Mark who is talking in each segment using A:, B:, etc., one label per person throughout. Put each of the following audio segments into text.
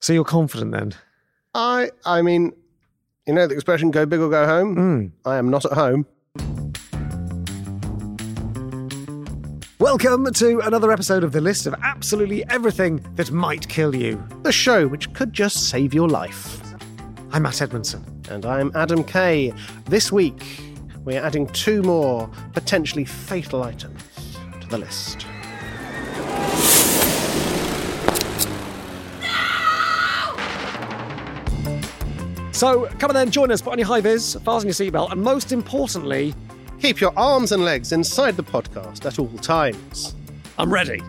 A: So you're confident then?
B: I I mean, you know the expression "go big or go home." I am not at home.
A: Welcome to another episode of the list of absolutely everything that might kill you.
B: The show which could just save your life.
A: I'm Matt Edmondson.
B: And I'm Adam Kay. This week we are adding two more potentially fatal items to the list.
A: So come and then join us, put on your high vis, fasten your seatbelt, and most importantly,
B: Keep your arms and legs inside the podcast at all times.
A: I'm ready.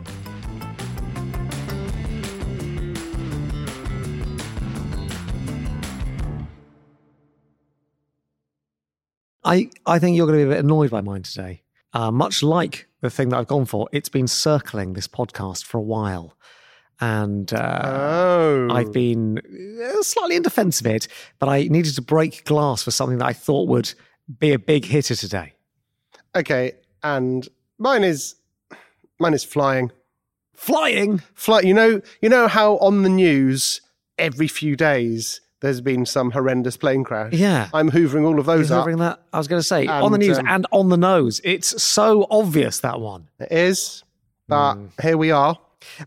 A: I, I think you're going to be a bit annoyed by mine today. Uh, much like the thing that I've gone for, it's been circling this podcast for a while. And uh,
B: Oh,
A: I've been uh, slightly in defense of it, but I needed to break glass for something that I thought would be a big hitter today.
B: okay. And mine is mine is flying.
A: Flying!
B: flight. You know, you know how on the news every few days there's been some horrendous plane crash.
A: Yeah.
B: I'm hoovering all of those up.
A: covering that. I was going to say on the
B: And,
A: news
B: um,
A: and on the nose. It's so obvious that one.
B: It is, but
A: Hmm.
B: here we are.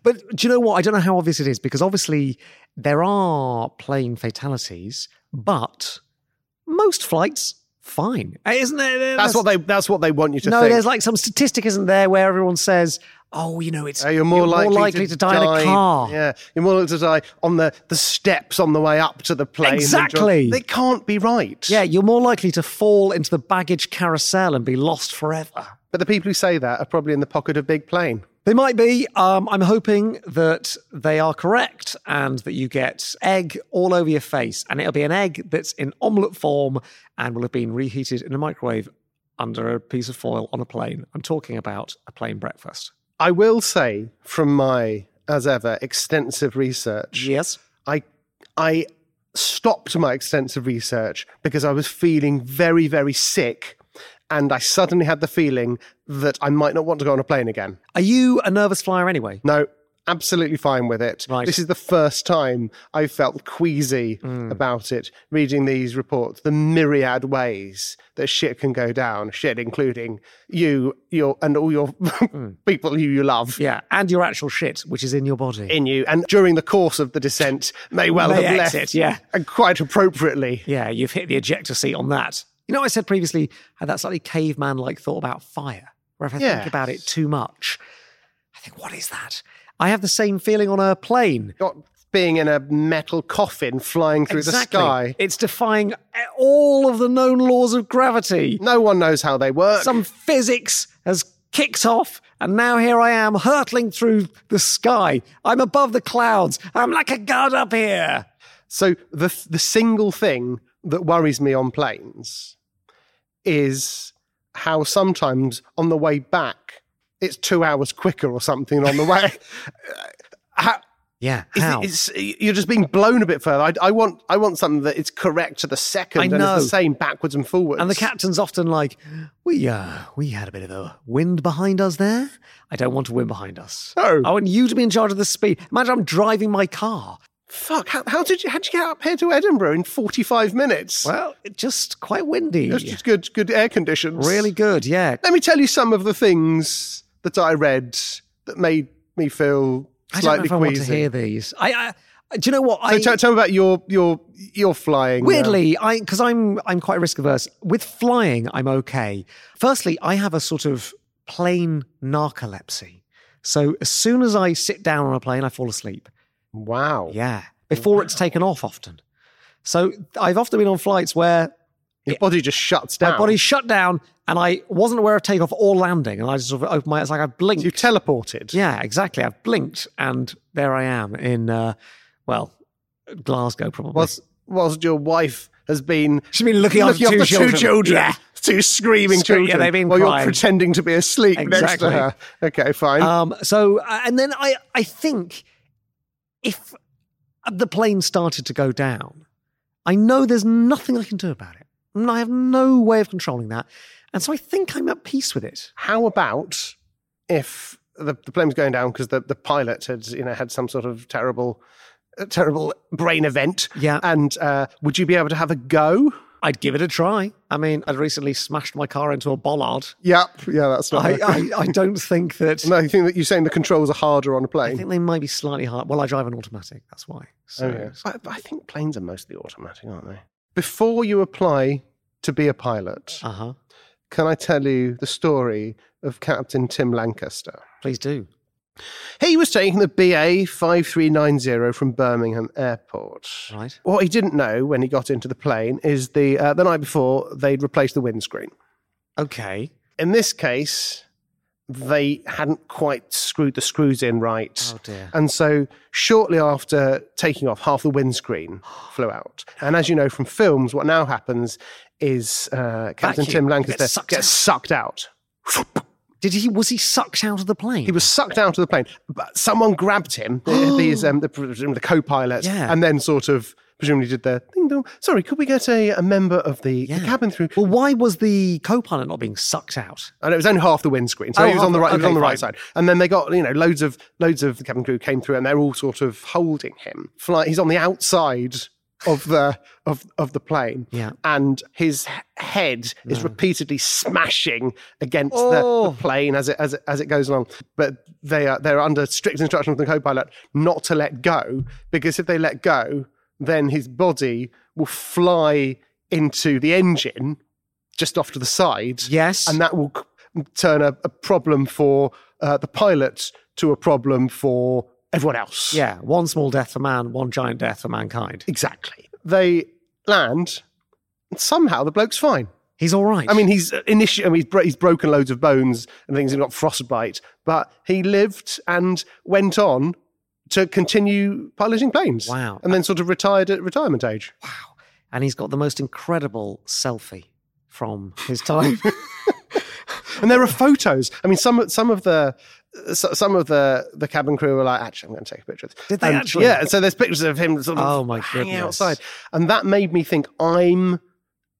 A: But do you know what? I don't know how obvious it is because obviously there are plane fatalities, but most flights fine, Eh, isn't there?
B: That's, what they. That's what they want you to
A: No,
B: think.
A: there's like some statistic, isn't there, where everyone says, "Oh, you know, it's
B: Uh, you're more likely,
A: to, die, in a car."
B: Yeah, you're more likely to die on the, the steps on the way up to the plane. than dri-
A: Exactly.
B: They can't be right.
A: Yeah, you're more likely to fall into the baggage carousel and be lost forever.
B: But the people who say that are probably in the pocket of big plane.
A: They might be. Um, I'm hoping that they are correct and that you get egg all over your face. And it'll be an egg that's in omelette form and will have been reheated in a microwave under a piece of foil on a plane. I'm talking about a plane breakfast.
B: I will say, from my as ever extensive research,
A: Yes.
B: I I stopped my extensive research because I was feeling very very sick and I suddenly had the feeling that I might not want to go on a plane again.
A: Are you a nervous flyer anyway?
B: No, absolutely fine with it.
A: Right.
B: This is the first time I felt queasy
A: Mm.
B: about it reading these reports, the myriad ways that shit can go down, shit including you your and all your
A: Mm.
B: people who you love.
A: Yeah. And your actual shit, which is in your body.
B: In you, and during the course of the descent, may well
A: May
B: have
A: exit,
B: left,
A: yeah.
B: and quite appropriately.
A: yeah, you've hit the ejector seat on that. You know, I said previously, I had that slightly caveman like thought about fire, where if I
B: Yes.
A: think about it too much, I think, what is that? I have the same feeling on a plane.
B: not being in a metal coffin flying through
A: exactly.
B: the sky.
A: It's defying all of the known laws of gravity.
B: No one knows how they work.
A: Some physics has kicked off, and now here I am hurtling through the sky. I'm above the clouds. I'm like a god up here.
B: so the the single thing that worries me on planes is how sometimes on the way back it's two hours quicker or something on the way. how,
A: Yeah.
B: is
A: How?
B: it- it's- you're just being blown a bit further. I, I want I want something that is correct to the second
A: I
B: and is
A: know.
B: the same backwards and forwards.
A: And the captain's often like, "We uh, we had a bit of a wind behind us there. I don't want a wind behind us.
B: No.
A: I want you to be in charge of the speed. Imagine I'm driving my car.
B: fuck. How, how did you how did you get up here to Edinburgh in 45 minutes?
A: Well, it's just quite windy.
B: That's just good good air conditions.
A: Really good, yeah.
B: Let me tell you some of the things that I read that made me feel
A: I don't know
B: slightly
A: if I want to
B: queasy.
A: hear these. I, I do you know what? I
B: So tell, tell me about your your your flying. um, now.
A: Weirdly, I because I'm I'm quite risk averse. With flying, I'm okay. Firstly, I have a sort of plane narcolepsy. So as soon as I sit down on a plane, I fall asleep.
B: Wow.
A: Yeah, before it's taken off often. So I've often been on flights where
B: Your body just shuts down.
A: my body shut down and I wasn't aware of takeoff or landing, and I just sort of opened my eyes like I blinked.
B: you teleported.
A: yeah, exactly. I've blinked, and there I am in, uh, well, Glasgow probably.
B: Whilst, whilst your wife has been
A: She's been looking after
B: looking
A: two
B: after
A: children.
B: two children.
A: Yeah.
B: Two screaming
A: Scre- yeah,
B: children.
A: they've been
B: while
A: crying.
B: you're pretending to be asleep next
A: Exactly.
B: to her. Okay, fine.
A: Um, so, uh, and then I, I think if the plane started to go down, I know there's nothing I can do about it. And I have no way of controlling that. And so I think I'm at peace with it.
B: How about if the, the plane was going down because the, the pilot had you know had some sort of terrible a terrible brain event.
A: Yeah.
B: And uh, would you be able to have a go?
A: I'd give it a try. I mean, I'd recently smashed my car into a bollard.
B: Yep. Yeah, that's not.
A: I, I, I don't think that.
B: no, you think that you're saying the controls are harder on a
A: I
B: plane?
A: think they might be slightly hard. Well, I drive an automatic. That's why. So,
B: I, I think planes are mostly automatic, aren't they? Before you apply to be a pilot,
A: Uh huh.
B: can I tell you the story of Captain Tim Lancaster?
A: Please do.
B: He was taking the BA 5390 from Birmingham Airport.
A: Right.
B: What he didn't know when he got into the plane is the, uh, the night before they'd replaced the windscreen.
A: Okay.
B: In this case, they hadn't quite screwed the screws in right.
A: Oh dear.
B: And so, shortly after taking off, half the windscreen flew out. And as you know from films, what now happens is uh, Captain
A: Vacuum.
B: Tim
A: It
B: Lancaster
A: gets sucked out.
B: sucked out.
A: Did he? Was he sucked out of the plane?
B: He was sucked out of the plane, but someone grabbed him, the- these, um, the, presumably the co pilots,
A: Yeah.
B: and then sort of presumably did the ding dong. Sorry, could we get a, a member of the, the
A: Yeah.
B: cabin through?
A: Well, why was the co-pilot not being sucked out?
B: And it was only half the windscreen, so
A: Oh,
B: he was
A: half
B: on the
A: the-
B: right. he was
A: okay,
B: on the right
A: fine.
B: side, and then they got you know loads of loads of the cabin crew came through, and they're all sort of holding him. Fly, he's on the outside of the of of the plane,
A: Yeah.
B: and his h- head is repeatedly smashing against the,
A: Oh.
B: the plane as it as it, as it goes along. But they are they're under strict instruction from the co-pilot not to let go because if they let go, then his body will fly into the engine just off to the side.
A: Yes.
B: And that will c- turn a, a problem for uh, the pilot to a problem for everyone else.
A: Yeah. One small death for man, one giant death for mankind.
B: Exactly. They land. and Somehow the bloke's fine.
A: He's all right.
B: I mean, he's initially, I mean, he's, bro- he's broken loads of bones and things. He's got frostbite, but he lived and went on to continue piloting planes.
A: Wow.
B: And then sort of retired at retirement age.
A: Wow. And he's got the most incredible selfie from his time.
B: And there are photos. I mean, some some of the so- some of the the cabin crew were like, actually, I'm going to take a picture. of this."
A: Did they
B: And,
A: actually?
B: Yeah. And so there's pictures of him sort of
A: Oh, my
B: hanging
A: goodness.
B: outside, and that made me think I'm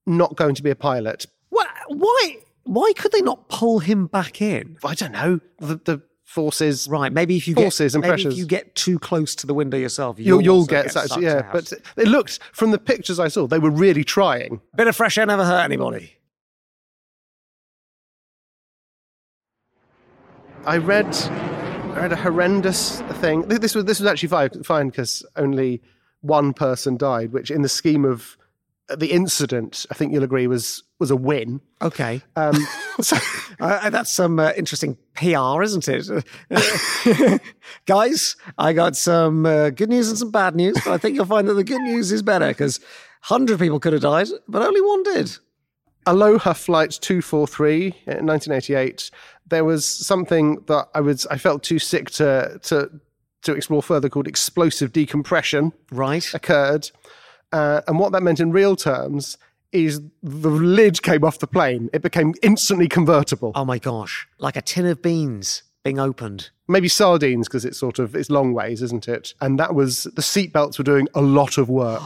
B: not going to be a pilot.
A: Wha- Why? Why could they not pull him back in?
B: I don't know the, the forces.
A: Right. Maybe if you
B: Forces
A: get,
B: and
A: maybe
B: pressures.
A: If you get too close to the window yourself,
B: You'll,
A: you'll,
B: you'll
A: also
B: get,
A: sucked,
B: such, yeah,
A: out.
B: but it looked from the pictures I saw, they were really trying.
A: bit of fresh air never hurt anybody.
B: I read, I read a horrendous thing. Th- This was this was actually fi- fine because only one person died, which in the scheme of uh, the incident, I think you'll agree was was a win.
A: Okay.
B: Um, so,
A: Uh, that's some uh, interesting PR, isn't it? Guys, I got some uh, good news and some bad news, but I think you'll find that the good news is better because 100 people could have died, but only one did.
B: Aloha Flight 243 in 1988. uh, There was something that I was I felt too sick to to to explore further called explosive decompression.
A: Right.
B: occurred. Uh, and what that meant in real terms is the lid came off the plane. It became instantly convertible.
A: Oh my gosh. Like a tin of beans being opened.
B: Maybe sardines because it's sort of it's long ways, isn't it? And that was the seatbelts were doing a lot of work.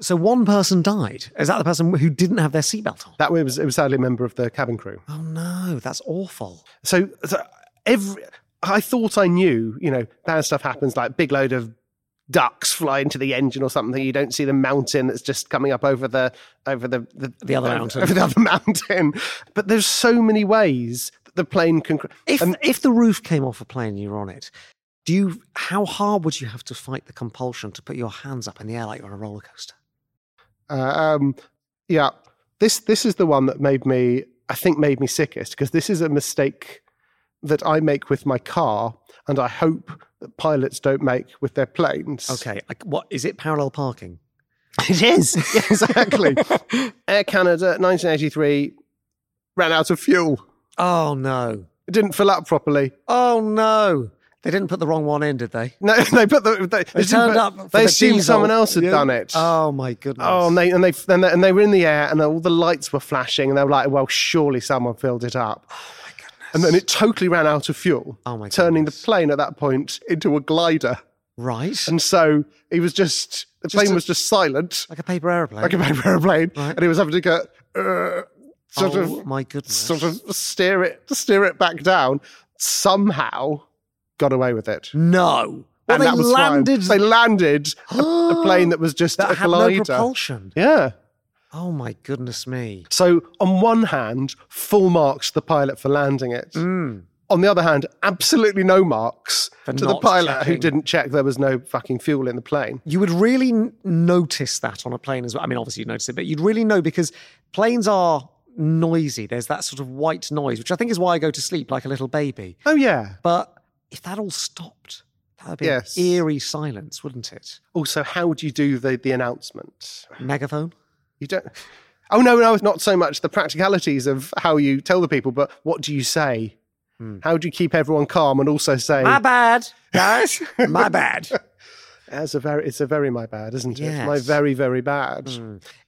A: So one person died. Is that the person who didn't have their seatbelt on?
B: that was it was sadly a member of the cabin crew.
A: Oh no, that's awful.
B: So, so every I thought I knew, you know, bad stuff happens like big load of ducks fly into the engine or something. You don't see the mountain that's just coming up over the over the the,
A: The other
B: over-
A: mountain.
B: over the other mountain. But there's so many ways that the plane can. cr-
A: If
B: And-
A: if the roof came off a plane and you're on it, do you how hard would you have to fight the compulsion to put your hands up in the air like you're on a roller coaster?
B: Uh, um, yeah, this this is the one that made me, I think, made me sickest because this is a mistake that I make with my car, and I hope that pilots don't make with their planes.
A: Okay, like, what is it? Parallel parking.
B: It is. exactly. Air Canada, 1983, ran out of fuel.
A: Oh no!
B: It didn't fill up properly.
A: Oh no! They didn't put the wrong one in, did they?
B: No, they put the.
A: They
B: They, didn't
A: turned
B: put-
A: up. for
B: They
A: the
B: assumed
A: diesel.
B: someone else had
A: Yeah.
B: done it.
A: Oh my goodness!
B: Oh, and they, and, they, and they and they were in the air, and all the lights were flashing, and they were like, "Well, surely someone filled it up."
A: Oh, my goodness!
B: And then it totally ran out of fuel,
A: Oh my
B: turning the
A: goodness.
B: plane at that point into a glider.
A: Right,
B: And so it was just the plane
A: a-
B: was just silent,
A: like a paper aeroplane.
B: like a paper airplane,
A: Right.
B: and it was having to go uh, sort
A: oh
B: of
A: my goodness!
B: sort of steer it steer it back down somehow got away with it
A: no. Well,
B: and
A: they
B: that was
A: landed-
B: fine. They landed a, a plane that was just a
A: that had no
B: glider.
A: propulsion.
B: yeah.
A: Oh my goodness me!
B: So on one hand, full marks to the pilot for landing it.
A: Mm.
B: On the other hand, absolutely no marks
A: For
B: to the
A: not
B: pilot who
A: checking.
B: didn't check there was no fucking fuel in the plane.
A: You would really n- notice that on a plane as well. I mean, obviously you'd notice it, but you'd really know because planes are noisy. There's that sort of white noise, which I think is why I go to sleep like a little baby.
B: Oh yeah.
A: But if that all stopped, that would be
B: Yes.
A: an eerie silence, wouldn't it?
B: Also, how do you do the the announcement?
A: Megaphone.
B: You don't. Oh no, no, it's not so much the practicalities of how you tell the people, but what do you say?
A: Hmm.
B: How do you keep everyone calm and also say
A: My bad, guys. my bad.
B: as a very it's a very my bad, isn't it?
A: Yes. Hmm.
B: My very very bad.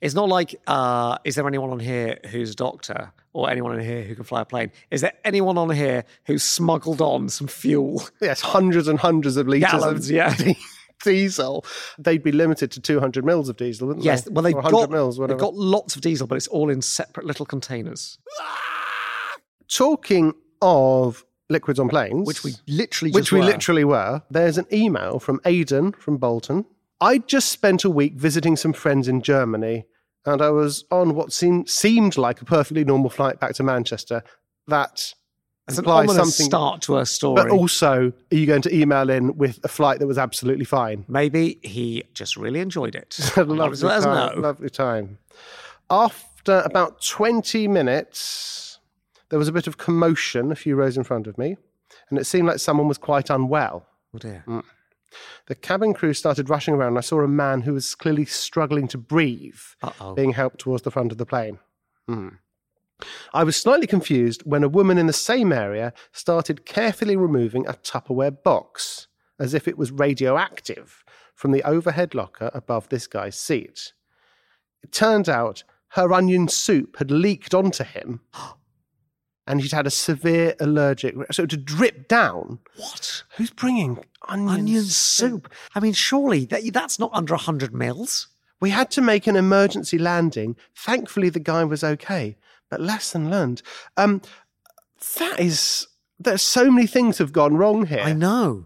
A: It's not like, uh, is there anyone on here who's a doctor or anyone in here who can fly a plane? Is there anyone on here who's smuggled on some fuel?
B: Yes, hundreds and hundreds of liters
A: Gallons,
B: of
A: yeah.
B: diesel. They'd be limited to 200 mils of diesel, wouldn't
A: Yes,
B: they?
A: well, they've
B: Or 100
A: got,
B: mils,
A: they've
B: whatever.
A: got lots of diesel, but it's all in separate little containers,
B: Talking of liquids on planes,
A: which we literally
B: which
A: just
B: we
A: were.
B: literally were. There's an email from Aidan from Bolton. I just spent a week visiting some friends in Germany, and I was on what seemed seemed like a perfectly normal flight back to Manchester. That
A: It's an
B: implies
A: ominous
B: something,
A: start to our story.
B: but also, are you going to email in with a flight that was absolutely fine?
A: Maybe he just really enjoyed it. Might as
B: lovely
A: well let us
B: time.
A: know.
B: Lovely time. After about 20 minutes, there was a bit of commotion a few rows in front of me, and it seemed like someone was quite unwell.
A: Oh dear.
B: The cabin crew started rushing around, and I saw a man who was clearly struggling to breathe
A: Uh-oh.
B: being helped towards the front of the plane. Hmm. I was slightly confused when a woman in the same area started carefully removing a Tupperware box as if it was radioactive from the overhead locker above this guy's seat. It turned out her onion soup had leaked onto him and he'd had a severe allergic re- so to drip down.
A: What?
B: Who's bringing onion,
A: Onion soup. I mean, surely that, that's not under 100 mils.
B: We had to make an emergency landing. Thankfully, the guy was okay, but lesson learned. Um, that is, there's so many things have gone wrong here.
A: I know.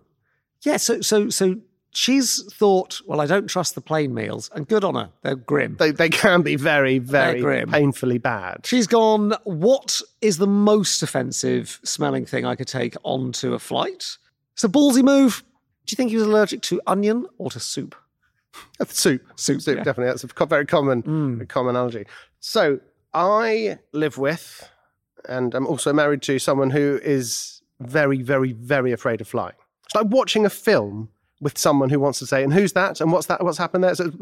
A: Yeah, so so so she's thought, well, I don't trust the plain meals, and good on her. They're grim.
B: They, they can be very, very
A: grim.
B: painfully bad.
A: she's gone, what is the most offensive smelling thing I could take onto a flight? It's a ballsy move. Do you think he was allergic to onion or to soup?
B: Soup,
A: Soup,
B: soup,
A: yeah. Mm.
B: definitely. That's a co- very common, a common allergy. So I live with, and I'm also married to someone who is very, very, very afraid of flying. It's like watching a film with someone who wants to say, "And who's that? And what's that? What's happened there?" So it's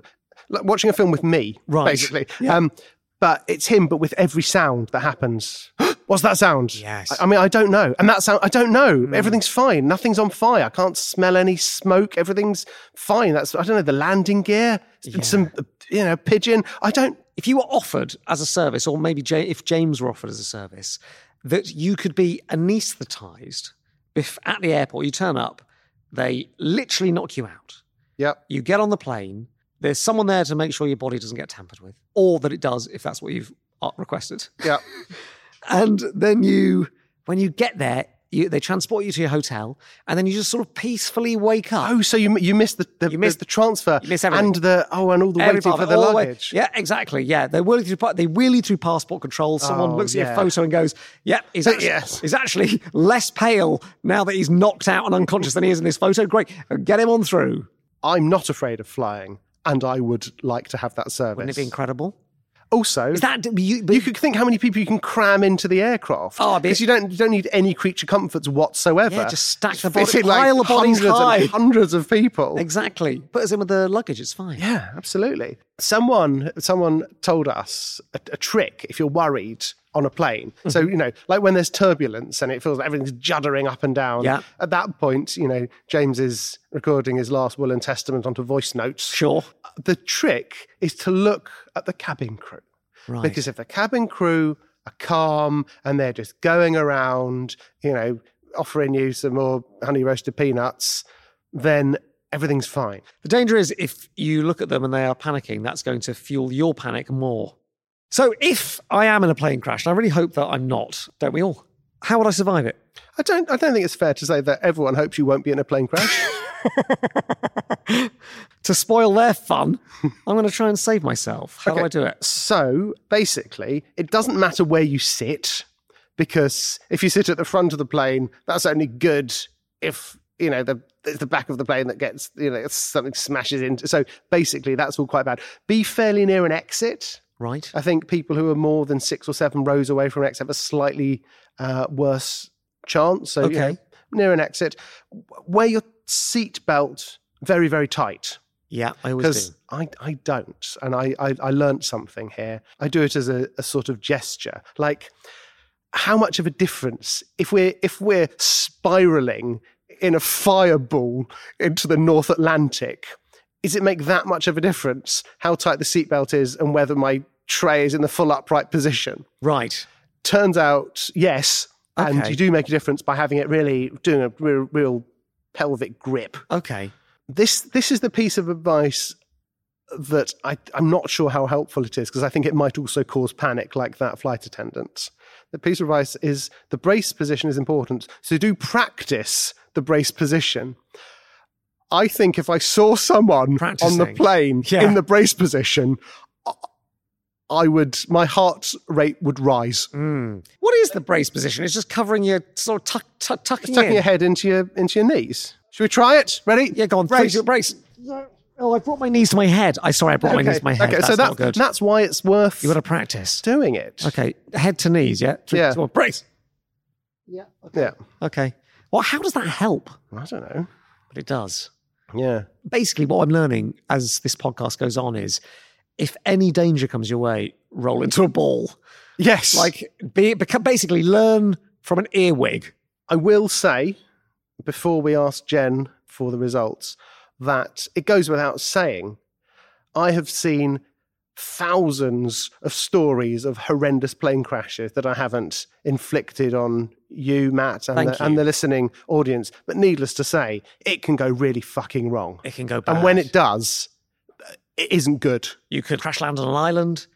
B: like watching a film with me,
A: Right.
B: Basically, um, but it's him, but with every sound that happens. What's that sound?
A: Yes. Hmm.
B: I, I mean, I don't know. And that sound, I don't know. Everything's fine. Nothing's on fire. I can't smell any smoke. Everything's fine. That's, I don't know, the landing gear, It's been some, you know, pigeon. I don't,
A: If you were offered as a service, or maybe Ja- if James were offered as a service, that you could be anaesthetized if at the airport you turn up, they literally knock you out.
B: yep.
A: you get on the plane, there's someone there to make sure your body doesn't get tampered with, or that it does if that's what you've uh, requested.
B: Yeah.
A: And then you, when you get there, you, they transport you to your hotel, and then you just sort of peacefully wake up.
B: Oh, so you you missed the the,
A: You missed-
B: the, the transfer
A: you missed everything.
B: and the oh and all the
A: Every
B: waiting
A: part
B: for
A: of
B: the
A: it, all way-
B: luggage.
A: Yeah, exactly. Yeah, they wheel you through. pa- They wheel you through passport control. Someone
B: Oh,
A: looks at
B: yeah.
A: your photo and goes, "Yep, he's actually,
B: Yes.
A: he's actually less pale now that he's knocked out and unconscious than he is in this photo." Great, get him on through.
B: I'm not afraid of flying, and I would like to have that service.
A: Wouldn't it be incredible?
B: also,
A: Is that you? But
B: you could think how many people you can cram into the aircraft.
A: Oh, I bet-
B: because you don't you don't need any creature comforts whatsoever.
A: Yeah, just stack the
B: It's
A: body-
B: like
A: pile the bodies
B: hundreds
A: high.
B: and hundreds of people.
A: exactly. Put us in with the luggage. It's fine.
B: Yeah, absolutely. Someone someone told us a, a trick if you're worried on a plane.
A: Mm-hmm.
B: So, you know, like when there's turbulence and it feels like everything's juddering up and down.
A: Yeah.
B: At that point, you know, James is recording his last will and testament onto voice notes.
A: Sure.
B: The trick is to look at the cabin crew.
A: Right.
B: Because if the cabin crew are calm and they're just going around, you know, offering you some more honey roasted peanuts, then everything's fine.
A: the danger is if you look at them and they are panicking, that's going to fuel your panic more. So if I am in a plane crash, and I really hope that I'm not, don't we all? How would I survive it?
B: I don't. I don't think it's fair to say that everyone hopes you won't be in a plane crash.
A: to spoil their fun, I'm going to try and save myself. How do
B: Okay.
A: I do it?
B: So basically, it doesn't matter where you sit, because if you sit at the front of the plane, that's only good if you know the it's the back of the plane that gets you know something smashes into. So basically, that's all quite bad. Be fairly near an exit.
A: Right?
B: I think people who are more than six or seven rows away from an exit have a slightly uh, worse chance. So you
A: Okay.
B: know, near an exit, wear your seatbelt very very tight
A: Yeah, I always
B: because
A: do.
B: I, I don't and I, I i learned something here i do it as a, a sort of gesture like how much of a difference if we're if we're spiraling in a fireball into the north atlantic does it make that much of a difference how tight the seatbelt is and whether my tray is in the full upright position
A: Right.
B: turns out yes and
A: Okay.
B: you do make a difference by having it really doing a real, real pelvic grip
A: Okay.
B: this this is the piece of advice that I, I'm not sure how helpful it is because I think it might also cause panic, like that flight attendant. The piece of advice is the brace position is important, so do practice the brace position. I think if I saw someone on the
A: Practicing.
B: plane
A: Yeah.
B: in the brace position, I- I would my heart rate would rise.
A: Mm. What is the brace position? It's just covering your sort of tuck, tuck, tucking,
B: Tucking
A: in.
B: your head into your into your knees. Should we try it? Ready?
A: Yeah, go on.
B: Brace.
A: Brace. brace. Oh, I brought my knees to my head. I sorry, I brought my knees to my head.
B: Okay,
A: that's
B: so
A: not
B: that's
A: good.
B: that's why it's worth
A: you got to practice.
B: doing it.
A: Okay, head to knees. Yeah. Three,
B: Yeah.
A: two, one. Brace.
B: Yeah.
A: Okay. Well, how does that help?
B: I don't know.
A: But it does.
B: Yeah.
A: Basically, what I'm learning as this podcast goes on is, if any danger comes your way, roll into a ball.
B: Yes. Like
A: Like, be, beca- basically, learn from an earwig.
B: I will say before we ask Jen for the results that it goes without saying I have seen thousands of stories of horrendous plane crashes that I haven't inflicted on you, Matt, and,
A: Thank
B: the, and
A: you.
B: the listening audience. But needless to say, it can go really fucking wrong.
A: It can go bad.
B: And when it does, it isn't good.
A: You could crash land on an island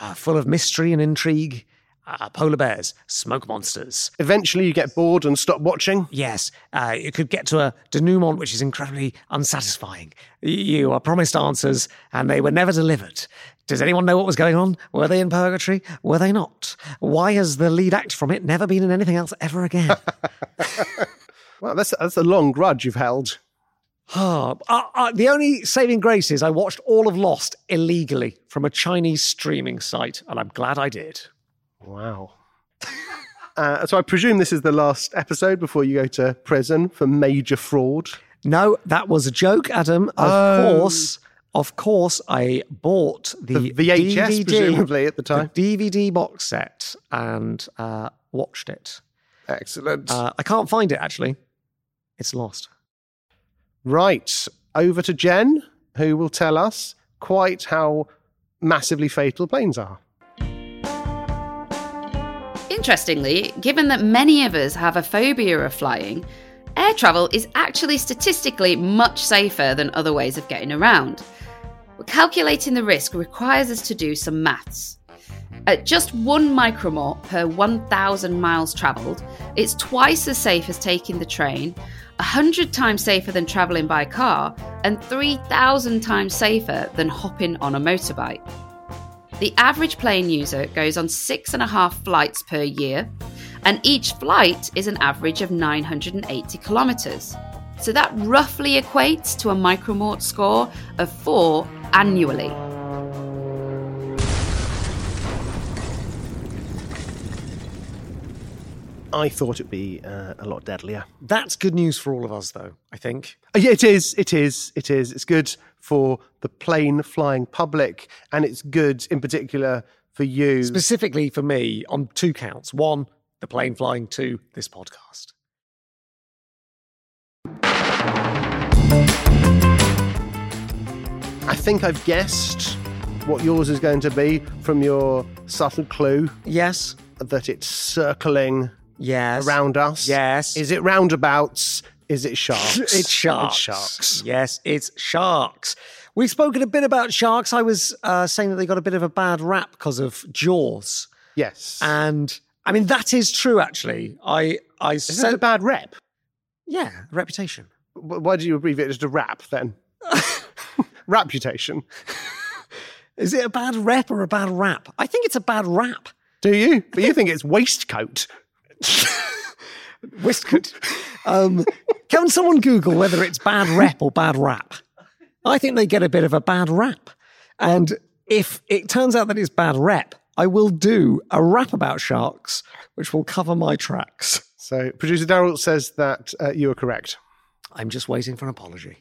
A: uh, full of mystery and intrigue, uh, polar bears, smoke monsters.
B: Eventually, you get bored and stop watching.
A: Yes, uh, you could get to a denouement which is incredibly unsatisfying. You are promised answers and they were never delivered. Does anyone know what was going on? Were they in purgatory? Were they not? Why has the lead act from it never been in anything else ever again?
B: Well, that's, that's a long grudge you've held.
A: Ah, uh, uh, the only saving grace is I watched all of Lost illegally from a Chinese streaming site, and I'm glad I did.
B: Wow. uh, so I presume this is the last episode before you go to prison for major fraud.
A: No, that was a joke, Adam. Of course, of course, I bought the,
B: VHS,
A: DVD,
B: presumably, at the time.
A: the DVD box set, and uh, watched it.
B: Excellent.
A: Uh, I can't find it actually; it's lost.
B: right. Over to Jen, who will tell us quite how massively fatal planes are.
C: Interestingly, given that many of us have a phobia of flying, air travel is actually statistically much safer than other ways of getting around. But calculating the risk requires us to do some maths. At just one micromort per 1,000 miles travelled, it's twice as safe as taking the train, 100 times safer than travelling by car, and 3,000 times safer than hopping on a motorbike. The average plane user goes on six and a half flights per year, and each flight is an average of 980 kilometres. So that roughly equates to a micromort score of four annually.
B: I thought it'd be uh, a lot deadlier.
A: That's good news for all of us, though. I think.
B: Uh, Yeah, it is. It is. It is. It's good for the plane flying public, and it's good in particular for you.
A: Specifically for me, on two counts: one, the plane flying; two, this podcast.
B: I think I've guessed what yours is going to be from your subtle clue
A: Yes.
B: that it's circling
A: Yes.
B: around us.
A: Yes.
B: Is it roundabouts? Is it sharks?
A: It's sharks.
B: It's sharks.
A: Yes, it's sharks. We've spoken a bit about sharks. I was uh, saying that they got a bit of a bad rap because of Jaws,
B: Yes.
A: and I mean that is true. Actually, I I
B: Isn't it a
A: said
B: bad rep?
A: yeah reputation.
B: wh- Why do you abbreviate it to rap then? Reputation.
A: Is it a bad rep or a bad rap? I think it's a bad rap.
B: Do you? But you think it's waistcoat.
A: Whisked. Um, can someone Google whether it's bad rep or bad rap? I think they get a bit of a bad rap. And if it turns out that it's bad rep, I will do a rap about sharks, which will cover my tracks.
B: So producer Daryl says that uh, you are correct.
A: I'm just waiting for an apology.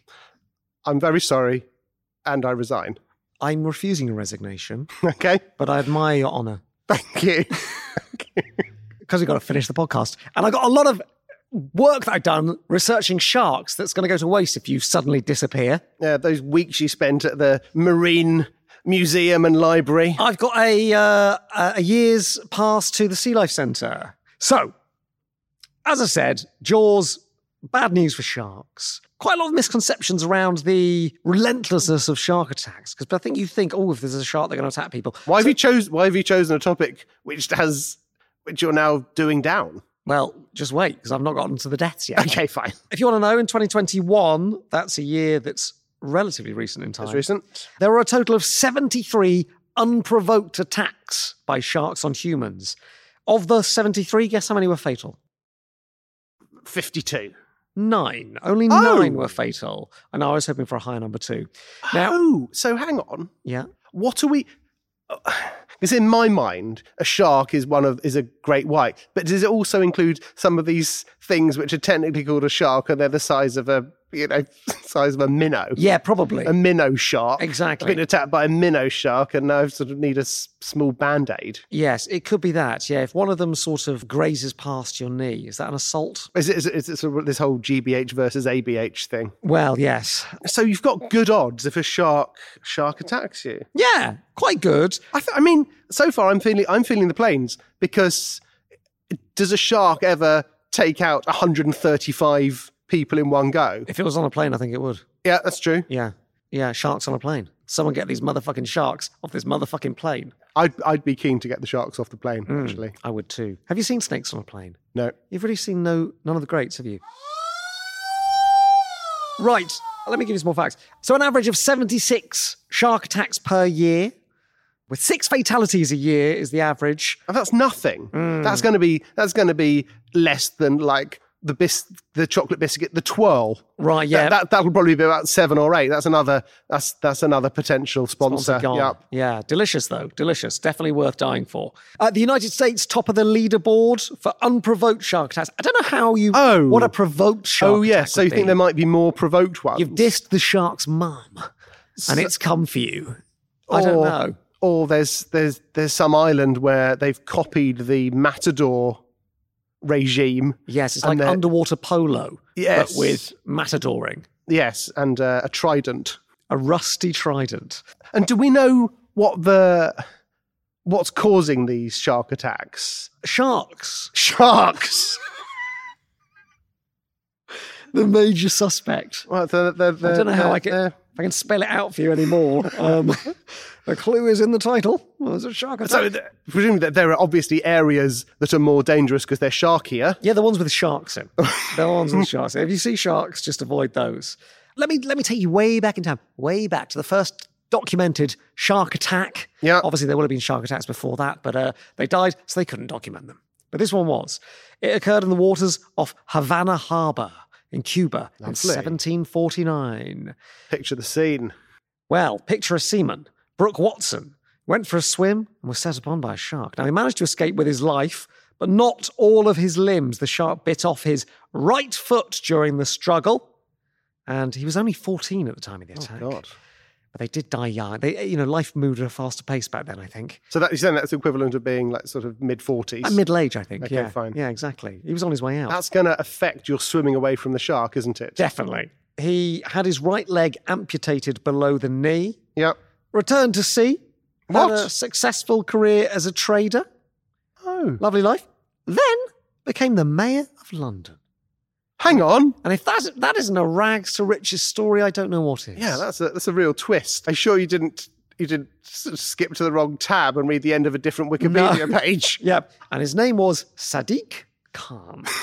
B: I'm very sorry, and I resign.
A: I'm refusing a resignation,
B: Okay,
A: but I admire your honour
B: thank you.
A: because we've got to finish the podcast. And I got a lot of work that I've done researching sharks that's going to go to waste if you suddenly disappear.
B: yeah, uh, those weeks you spent at the Marine Museum and Library.
A: I've got a uh, a year's pass to the Sea Life Centre. So, as I said, Jaws. Bad news for sharks. Quite a lot of misconceptions around the relentlessness of shark attacks because I think you think, oh, if there's a shark, they're going to attack people.
B: Why have you chose? Why have you chosen a topic which has which you're now doing down?
A: Well, just wait because I've not gotten to the deaths yet.
B: Okay, fine.
A: If you want to know, in 2021, that's a year that's relatively recent in time.
B: That's recent.
A: There were a total of 73 unprovoked attacks by sharks on humans. Of the 73, guess how many were fatal?
B: Fifty-two.
A: Nine. Only
B: Oh.
A: nine were fatal. And I was hoping for a higher number too. Now,
B: Oh, so hang on.
A: yeah.
B: What are we? uh, Because in my mind, a shark is one of is a great white, but does it also include some of these things which are technically called a shark, and they're the size of a you know size of a minnow?
A: Yeah, probably.
B: a minnow shark. I've
A: exactly.
B: been attacked by a minnow shark, and now I sort of need a s- small band aid.
A: yes, it could be that. Yeah, if one of them sort of grazes past your knee, is that an assault?
B: Is it, is it, is it sort of this whole GBH versus ABH thing?
A: Well, yes.
B: So you've got good odds if a shark shark attacks you.
A: Yeah, quite good.
B: I, th- I mean, so far I'm feeling I'm feeling the planes because does a shark ever take out 135 people in one go?
A: If it was on a plane, I think it would.
B: Yeah, that's true.
A: Yeah. Yeah, sharks on a plane. Someone get these motherfucking sharks off this motherfucking plane.
B: I'd I'd be keen to get the sharks off the plane actually.
A: I would too. Have you seen snakes on a plane?
B: No,
A: You've really seen no none of the greats, have you? Right. Let me give you some more facts. So, an average of 76 shark attacks per year, with six fatalities a year is the average.
B: And that's nothing. That's going to be that's going to be less than like the bis- the chocolate biscuit, the twirl.
A: Right, yeah.
B: that, that will probably be about seven or eight. That's another that's that's another potential sponsor.
A: Gone.
B: Yep.
A: Yeah, delicious though. Delicious. Definitely worth dying for. Uh, the United States top of the leaderboard for unprovoked shark attacks. I don't know how you.
B: Oh.
A: What a provoked shark.
B: Oh yeah.
A: attack
B: So
A: would
B: you think
A: be.
B: there might be more provoked ones?
A: You've dissed the shark's mum, and it's come for you. I don't
B: Or-
A: know.
B: Or there's there's there's some island where they've copied the matador regime.
A: Yes, it's
B: And
A: like
B: they're-
A: underwater polo,
B: Yes.
A: but with matadoring,
B: Yes, and uh, a trident.
A: a rusty trident.
B: And do we know what the what's causing these shark attacks?
A: Sharks,
B: Sharks.
A: the major suspect. Uh,
B: Well, the, the, the,
A: I don't know how
B: the-
A: I can,
B: the-
A: if I can spell it out for you anymore. Um, the clue is in the title. Well, it's a shark attack.
B: So, th- presumably, that there are obviously areas that are more dangerous because they're sharkier.
A: yeah, the ones with sharks in. the ones with sharks. In. If you see sharks, just avoid those. Let me let me take you way back in time, way back to the first documented shark attack.
B: Yeah.
A: Obviously, there will have been shark attacks before that, but uh, they died, so they couldn't document them. But this one was. It occurred in the waters off Havana Harbor in Cuba in 1749.
B: Picture the scene.
A: Well, picture a seaman, Brooke Watson, went for a swim and was set upon by a shark. Now, he managed to escape with his life, but not all of his limbs. The shark bit off his right foot during the struggle, and he was only 14 at the time of the attack.
B: Oh, God.
A: But they did die young. They, you know, life moved at a faster pace back then, I think.
B: So that you're saying that's equivalent of being like sort of mid 40s.
A: At middle age, I think.
B: Okay,
A: yeah,
B: fine.
A: Yeah, exactly. He was on his way out.
B: that's going to affect your swimming away from the shark, isn't it?
A: Definitely. He had his right leg amputated below the knee,
B: Yep.
A: returned to sea,
B: What?
A: had a successful career as a trader.
B: Oh,
A: lovely life. Then became the mayor of London.
B: hang on.
A: And if that that isn't a rags to riches story, I don't know what is.
B: Yeah, that's a that's a real twist. I'm sure you didn't you didn't s- skip to the wrong tab and read the end of a different Wikipedia page.
A: Yep. And his name was Sadiq Khan.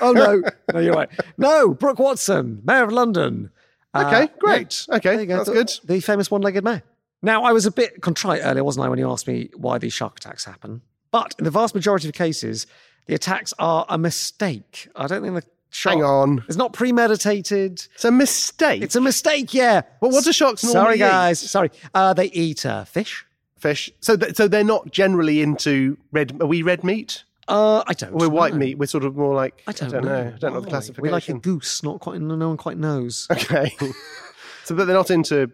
A: Oh no, no, you're right. No, Brooke Watson, Mayor of London.
B: Okay, great. Okay,
A: Uh, There you go.
B: that's
A: The-
B: good.
A: The famous one-legged mayor. Now, I was a bit contrite earlier, wasn't I, when you asked me why these shark attacks happen? But in the vast majority of cases, the attacks are a mistake. I don't think the shark.
B: Hang on.
A: It's not premeditated.
B: It's a mistake.
A: It's a mistake, yeah.
B: But what do sharks
A: Sorry,
B: normally
A: guys. Sorry. Uh, they eat uh, fish.
B: fish. So, th- so they're not generally into red. Are we red meat?
A: Uh, I don't.
B: Or we're white
A: know.
B: meat. We're sort of more like
A: I don't,
B: know. I don't know
A: Why?
B: the
A: We like a
B: classification.
A: goose. Not quite. No one quite knows.
B: okay. so, but they're not into.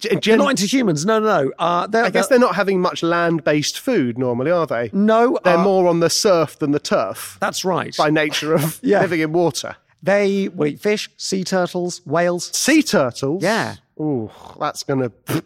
B: Gen-
A: They're not into humans. No, no. no. Uh, they're,
B: I guess they're not having much land-based food normally, are they?
A: no.
B: They're
A: uh,
B: more on the surf than the turf
A: That's right.
B: by nature of
A: Yeah.
B: living in water.
A: They will eat fish, sea turtles, whales.
B: Sea turtles.
A: Yeah.
B: Ooh, that's gonna.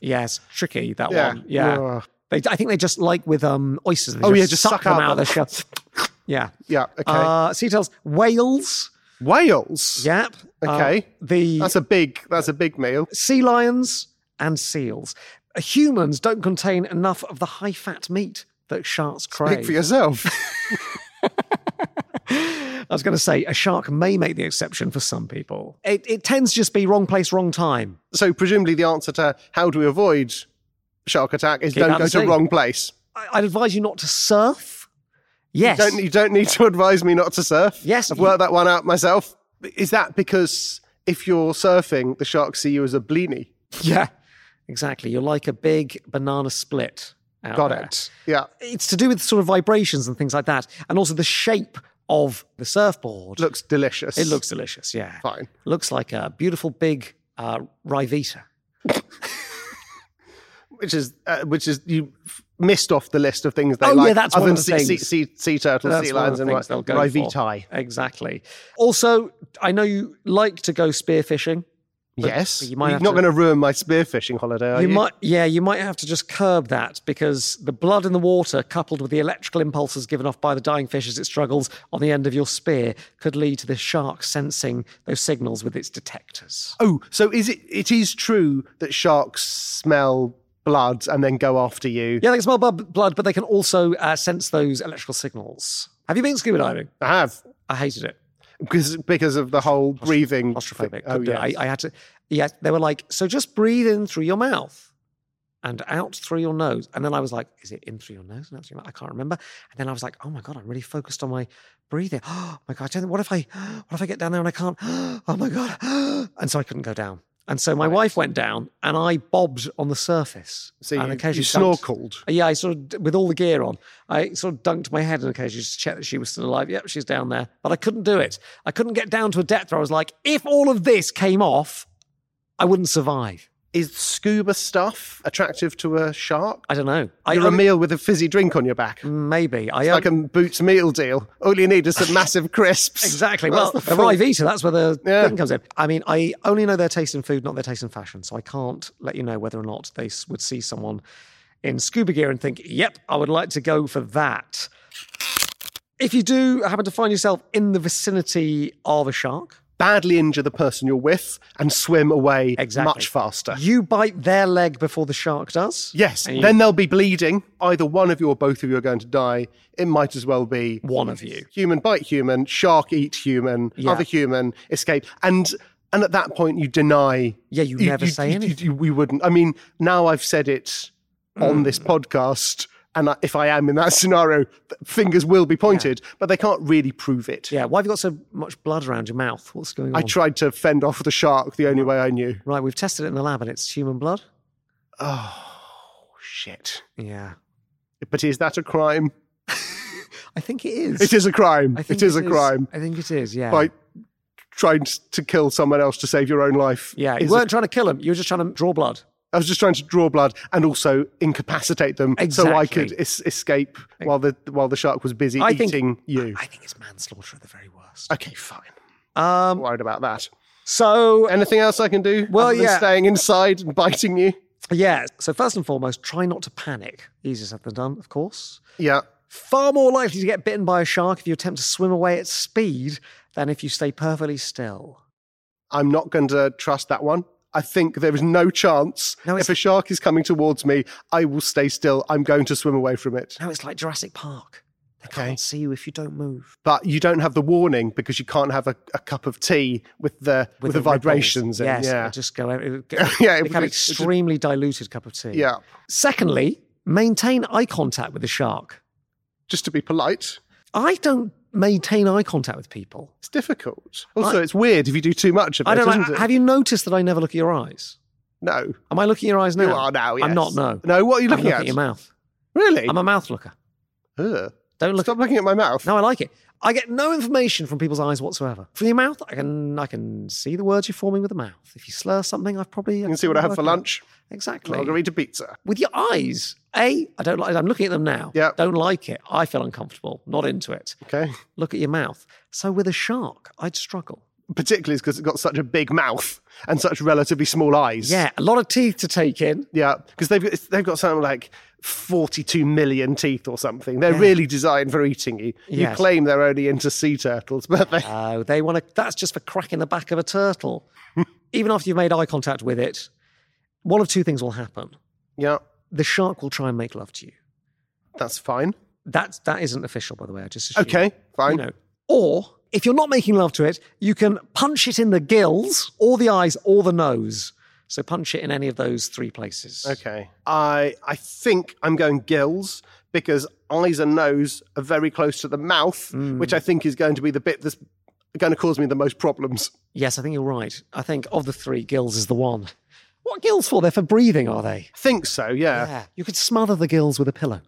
A: Yes, tricky that
B: Yeah.
A: one. Yeah.
B: Yeah.
A: They, I think they just like with um oysters. They
B: Oh,
A: just
B: yeah, just suck
A: them
B: out
A: out of the
B: them.
A: shell. yeah.
B: Yeah. Okay.
A: Uh, sea turtles, whales.
B: Whales.
A: Yep. Uh,
B: Okay.
A: the
B: That's a big. That's a big meal.
A: sea lions and seals. Uh, Humans don't contain enough of the high fat meat that sharks
B: Pick
A: crave.
B: for yourself.
A: I was going to say, a shark may make the exception for some people. It, it tends to just be wrong place, wrong time.
B: so presumably the answer to how do we avoid shark attack is
A: Keep out
B: don't
A: of
B: go
A: the
B: to
A: sea.
B: wrong place.
A: I, I'd advise you not to surf. Yes.
B: Don't you don't need to advise me not to surf.
A: Yes,
B: I've
A: you-
B: worked that one out myself. Is that because if you're surfing, the sharks see you as a blini?
A: yeah, exactly. You're like a big banana split. out
B: Got
A: there.
B: it. Yeah.
A: It's to do with sort of vibrations and things like that, and also the shape of the surfboard.
B: Looks delicious.
A: It looks delicious. Yeah.
B: fine.
A: Looks like a beautiful big uh, Rivita.
B: Which is uh, which is you f- missed off the list of things they
A: Oh, yeah,
B: like.
A: that's
B: other
A: one
B: than
A: of the
B: sea, sea,
A: things.
B: sea, sea turtles,
A: That's
B: sea
A: one of
B: lions,
A: the
B: and
A: things they'll
B: what-
A: go
B: Rivitae.
A: Exactly. Also, I know you like to go spearfishing.
B: Yes,
A: you
B: you
A: might
B: are
A: have
B: not
A: to-
B: going to ruin my spearfishing holiday, are
A: You
B: you?
A: might, yeah, you might have to just curb that because the blood in the water, coupled with the electrical impulses given off by the dying fish as it struggles on the end of your spear, could lead to the shark sensing those signals with its detectors.
B: Oh, so is it? It is true that sharks smell blood and then go after you.
A: Yeah, they can smell bu- blood, but they can also uh, sense those electrical signals. Have you been scuba diving?
B: I have
A: I hated it.
B: because because of the whole breathing.
A: Claustrophobic.
B: thing. Oh
A: couldn't do it.
B: yeah,
A: I, I had to. Yeah, they were like, so just breathe in through your mouth and out through your nose. And then I was like, is it in through your nose? And out through your mouth? I can't remember. And then I was like, oh my god, I'm really focused on my breathing. Oh my god, I don't, what if I, what if I get down there and I can't? Oh my god. And so I couldn't go down. And so my wife went down, and I bobbed on the surface.
B: so
A: and
B: you, you
A: occasionally dunked.
B: snorkeled.
A: Yeah, I sort of, with all the gear on, I sort of dunked my head in occasion just to check that she was still alive. Yep, she's down there. But I couldn't do it. I couldn't get down to a depth where I was like, if all of this came off, I wouldn't survive.
B: Is scuba stuff attractive to a shark?
A: I don't know. I,
B: You're a
A: I- Mm.
B: meal with a fizzy drink on your back,
A: Maybe. I
B: like
A: um,
B: a Boots meal deal. All you need is some massive crisps.
A: Exactly. Well,
B: That's
A: the,
B: the
A: Rivita, that's where the
B: Yeah.
A: thing comes in. I mean, I only know their taste in food, not their taste in fashion. So I can't let you know whether or not they s- would see someone in scuba gear and think, yep, I would like to go for that. If you do happen to find yourself in the vicinity of a shark,
B: Badly injure the person you're with and swim away
A: Exactly.
B: much faster.
A: you bite their leg before the shark does.
B: Yes,
A: And you-
B: then they'll be bleeding. Either one of you or both of you are going to die. It might as well be
A: One of you.
B: human bite human, shark eat human,
A: Yeah.
B: other human escape, and and at that point you deny.
A: Yeah, you never say
B: you-
A: anything. Mm.
B: You, we wouldn't. I mean, now I've said it on this podcast, and I, if I am in that scenario, th- fingers will be pointed, but they can't really prove it.
A: Yeah. Why have you got so much blood around your mouth? What's going on?
B: I tried to fend off the shark the only way I knew.
A: right. We've tested it in the lab and it's human blood.
B: Oh shit!
A: Yeah.
B: But is that a crime?
A: I think it is.
B: It is a crime.
A: I think
B: It is a crime.
A: I think it is. Yeah.
B: by trying to kill someone else to save your own life.
A: Yeah, you
B: is
A: weren't trying to kill him. You were just trying to draw blood.
B: a- I was just trying to draw blood and also incapacitate them so I
A: Exactly.
B: could es- escape while the while the shark was busy
A: I think-
B: eating you.
A: I think it's manslaughter at the very worst.
B: Okay, fine.
A: Um,
B: Worried about that.
A: so
B: Anything else I can do?
A: Well,
B: other than
A: yeah.
B: staying inside and biting you.
A: yeah. So first and foremost, try not to panic. Easier said than done, of course.
B: Yeah.
A: Far more likely to get bitten by a shark if you attempt to swim away at speed than if you stay perfectly still.
B: I'm not going to trust that one. I think there is no chance.
A: No, it's-
B: if a shark is coming towards me, I will stay still. I'm going to swim away from it.
A: Now it's like Jurassic Park. They
B: Okay.
A: can't see you if you don't move.
B: But you don't have the warning because you can't have a, a cup of tea with the with, the,
A: ripples.
B: vibrations in.
A: Yes,
B: yeah.
A: it'll just go. It get,
B: Yeah,
A: yeah,
B: it
A: it become
B: would-
A: extremely diluted cup of tea.
B: yeah.
A: Secondly, maintain eye contact with the shark.
B: Just to be polite.
A: I don't maintain eye contact with people.
B: It's difficult. Also, it's weird if you do too much of it,
A: I don't.
B: isn't
A: Like,
B: it?
A: have you noticed that I never look at your eyes?
B: no.
A: Am I looking at your eyes now?
B: You are now, yes.
A: I'm not. No.
B: No, what are you
A: I'm
B: looking
A: looking
B: at?
A: at your mouth.
B: Really?
A: I'm a mouth looker.
B: Ugh.
A: Don't look.
B: Stop looking at my mouth.
A: No, I like it. I get no information from people's eyes whatsoever. From your mouth, I can I can see the words you're forming with the mouth. If you slur something, I've probably uh,
B: You can see what I had for lunch.
A: Exactly.
B: I'm going to eat a pizza.
A: with your eyes. A, I don't like. I'm looking at them now.
B: Yeah.
A: Don't like it. I feel uncomfortable. Not into it.
B: Okay.
A: Look at your mouth. So with a shark, I'd struggle.
B: Particularly because it's got such a big mouth and such relatively small eyes.
A: Yeah, a lot of teeth to take in.
B: Yeah, because they've got- they've got something like forty-two million teeth or something. They're really designed for eating you. You
A: Yes.
B: claim they're only into sea turtles, but they,
A: Oh, they want to. That's just for cracking the back of a turtle. Even after you've made eye contact with it, one of two things will happen.
B: yeah,
A: The shark will try and make love to you.
B: that's fine.
A: That's that isn't official, by the way. I just assumed.
B: Okay, fine.
A: You know. Or if you're not making love to it, you can punch it in the gills, or the eyes, or the nose. So punch it in any of those three places.
B: Okay, I I think I'm going gills because eyes and nose are very close to the mouth,
A: Mm.
B: which I think is going to be the bit that's going to cause me the most problems.
A: Yes, I think you're right. I think of the three, gills is the one. What gills for? They're for breathing, are they?
B: I think so. Yeah,
A: Yeah. You could smother the gills with a pillow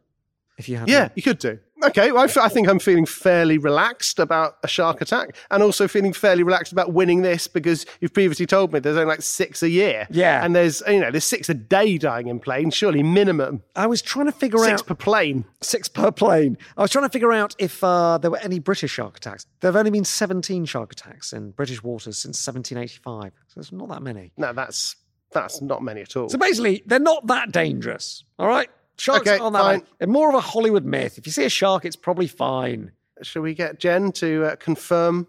A: if you had.
B: yeah,
A: one.
B: you could do. Okay, well, I fe- I think I'm feeling fairly relaxed about a shark attack, and also feeling fairly relaxed about winning this because you've previously told me there's only like six a year.
A: Yeah.
B: and there's you know there's six a day dying in planes, surely minimum
A: I was trying to figure
B: six
A: out
B: per plane.
A: six per plane. I was trying to figure out if uh, there were any British shark attacks. There have only been 17 shark attacks in British waters since 1785. So it's not that many.
B: No, that's that's not many at all.
A: So basically, they're not that dangerous. All right? Sharks
B: Okay,
A: aren't that
B: fine.
A: They're more of a Hollywood myth. If you see a shark, it's probably fine.
B: Shall we get Jen to uh, confirm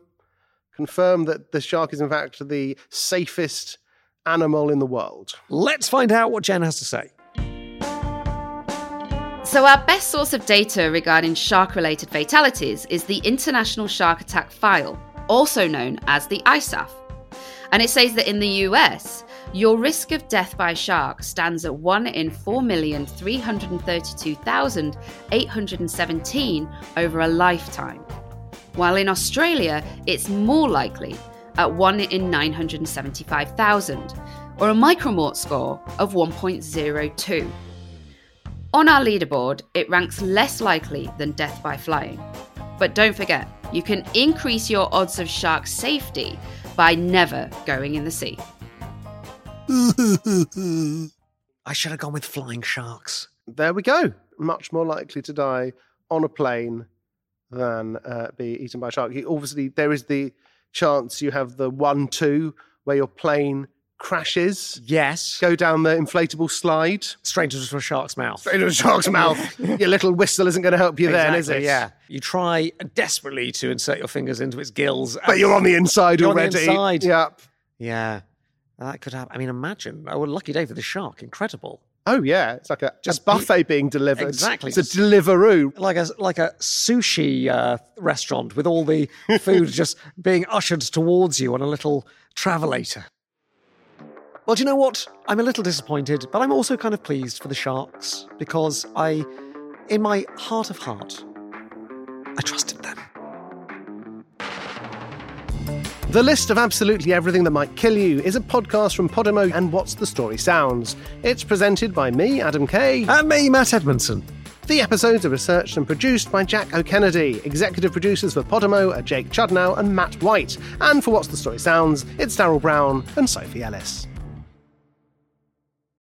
B: confirm that the shark is in fact the safest animal in the world?
A: Let's find out what Jen has to say.
C: So, our best source of data regarding shark related fatalities is the International Shark Attack File, also known as the ISAF. And it says that in the US, your risk of death by shark stands at 1 in 4,332,817 over a lifetime, while in Australia, it's more likely at 1 in 975,000, or a micromort score of 1.02. On our leaderboard, it ranks less likely than death by flying. But don't forget, you can increase your odds of shark safety by never going in the sea.
A: I should have gone with flying sharks.
B: There we go. Much more likely to die on a plane than uh, be eaten by a shark. You- obviously, there is the chance you have the one two where your plane crashes,
A: Yes.
B: go down the inflatable slide.
A: Straight into a shark's mouth.
B: Straight into the shark's mouth. Your little whistle isn't going to help you then, is it?
A: Exactly, Yeah. You try desperately to insert your fingers into its gills.
B: But
A: and-
B: you're on the inside
A: You're on the
B: already.
A: inside.
B: Yep.
A: Yeah. That could happen. I mean, imagine. Oh, a lucky day for the shark. Incredible.
B: Oh yeah, it's like a just
A: Just
B: buffet being delivered.
A: Exactly,
B: it's a
A: just-
B: Deliveroo.
A: Like a like a sushi uh, restaurant with all the food just being ushered towards you on a little travelator. Well, do you know what? I'm a little disappointed, but I'm also kind of pleased for the sharks because I, in my heart of heart, I trusted them.
B: The list of absolutely everything that might kill you is a podcast from Podimo and What's the Story Sounds. It's presented by me, Adam Kay.
A: And me, Matt Edmondson.
B: The episodes are researched and produced by Jack O'Kennedy. Executive producers for Podimo are Jake Chudnow and Matt White. And for What's the Story Sounds, it's Daryl Brown and Sophie Ellis.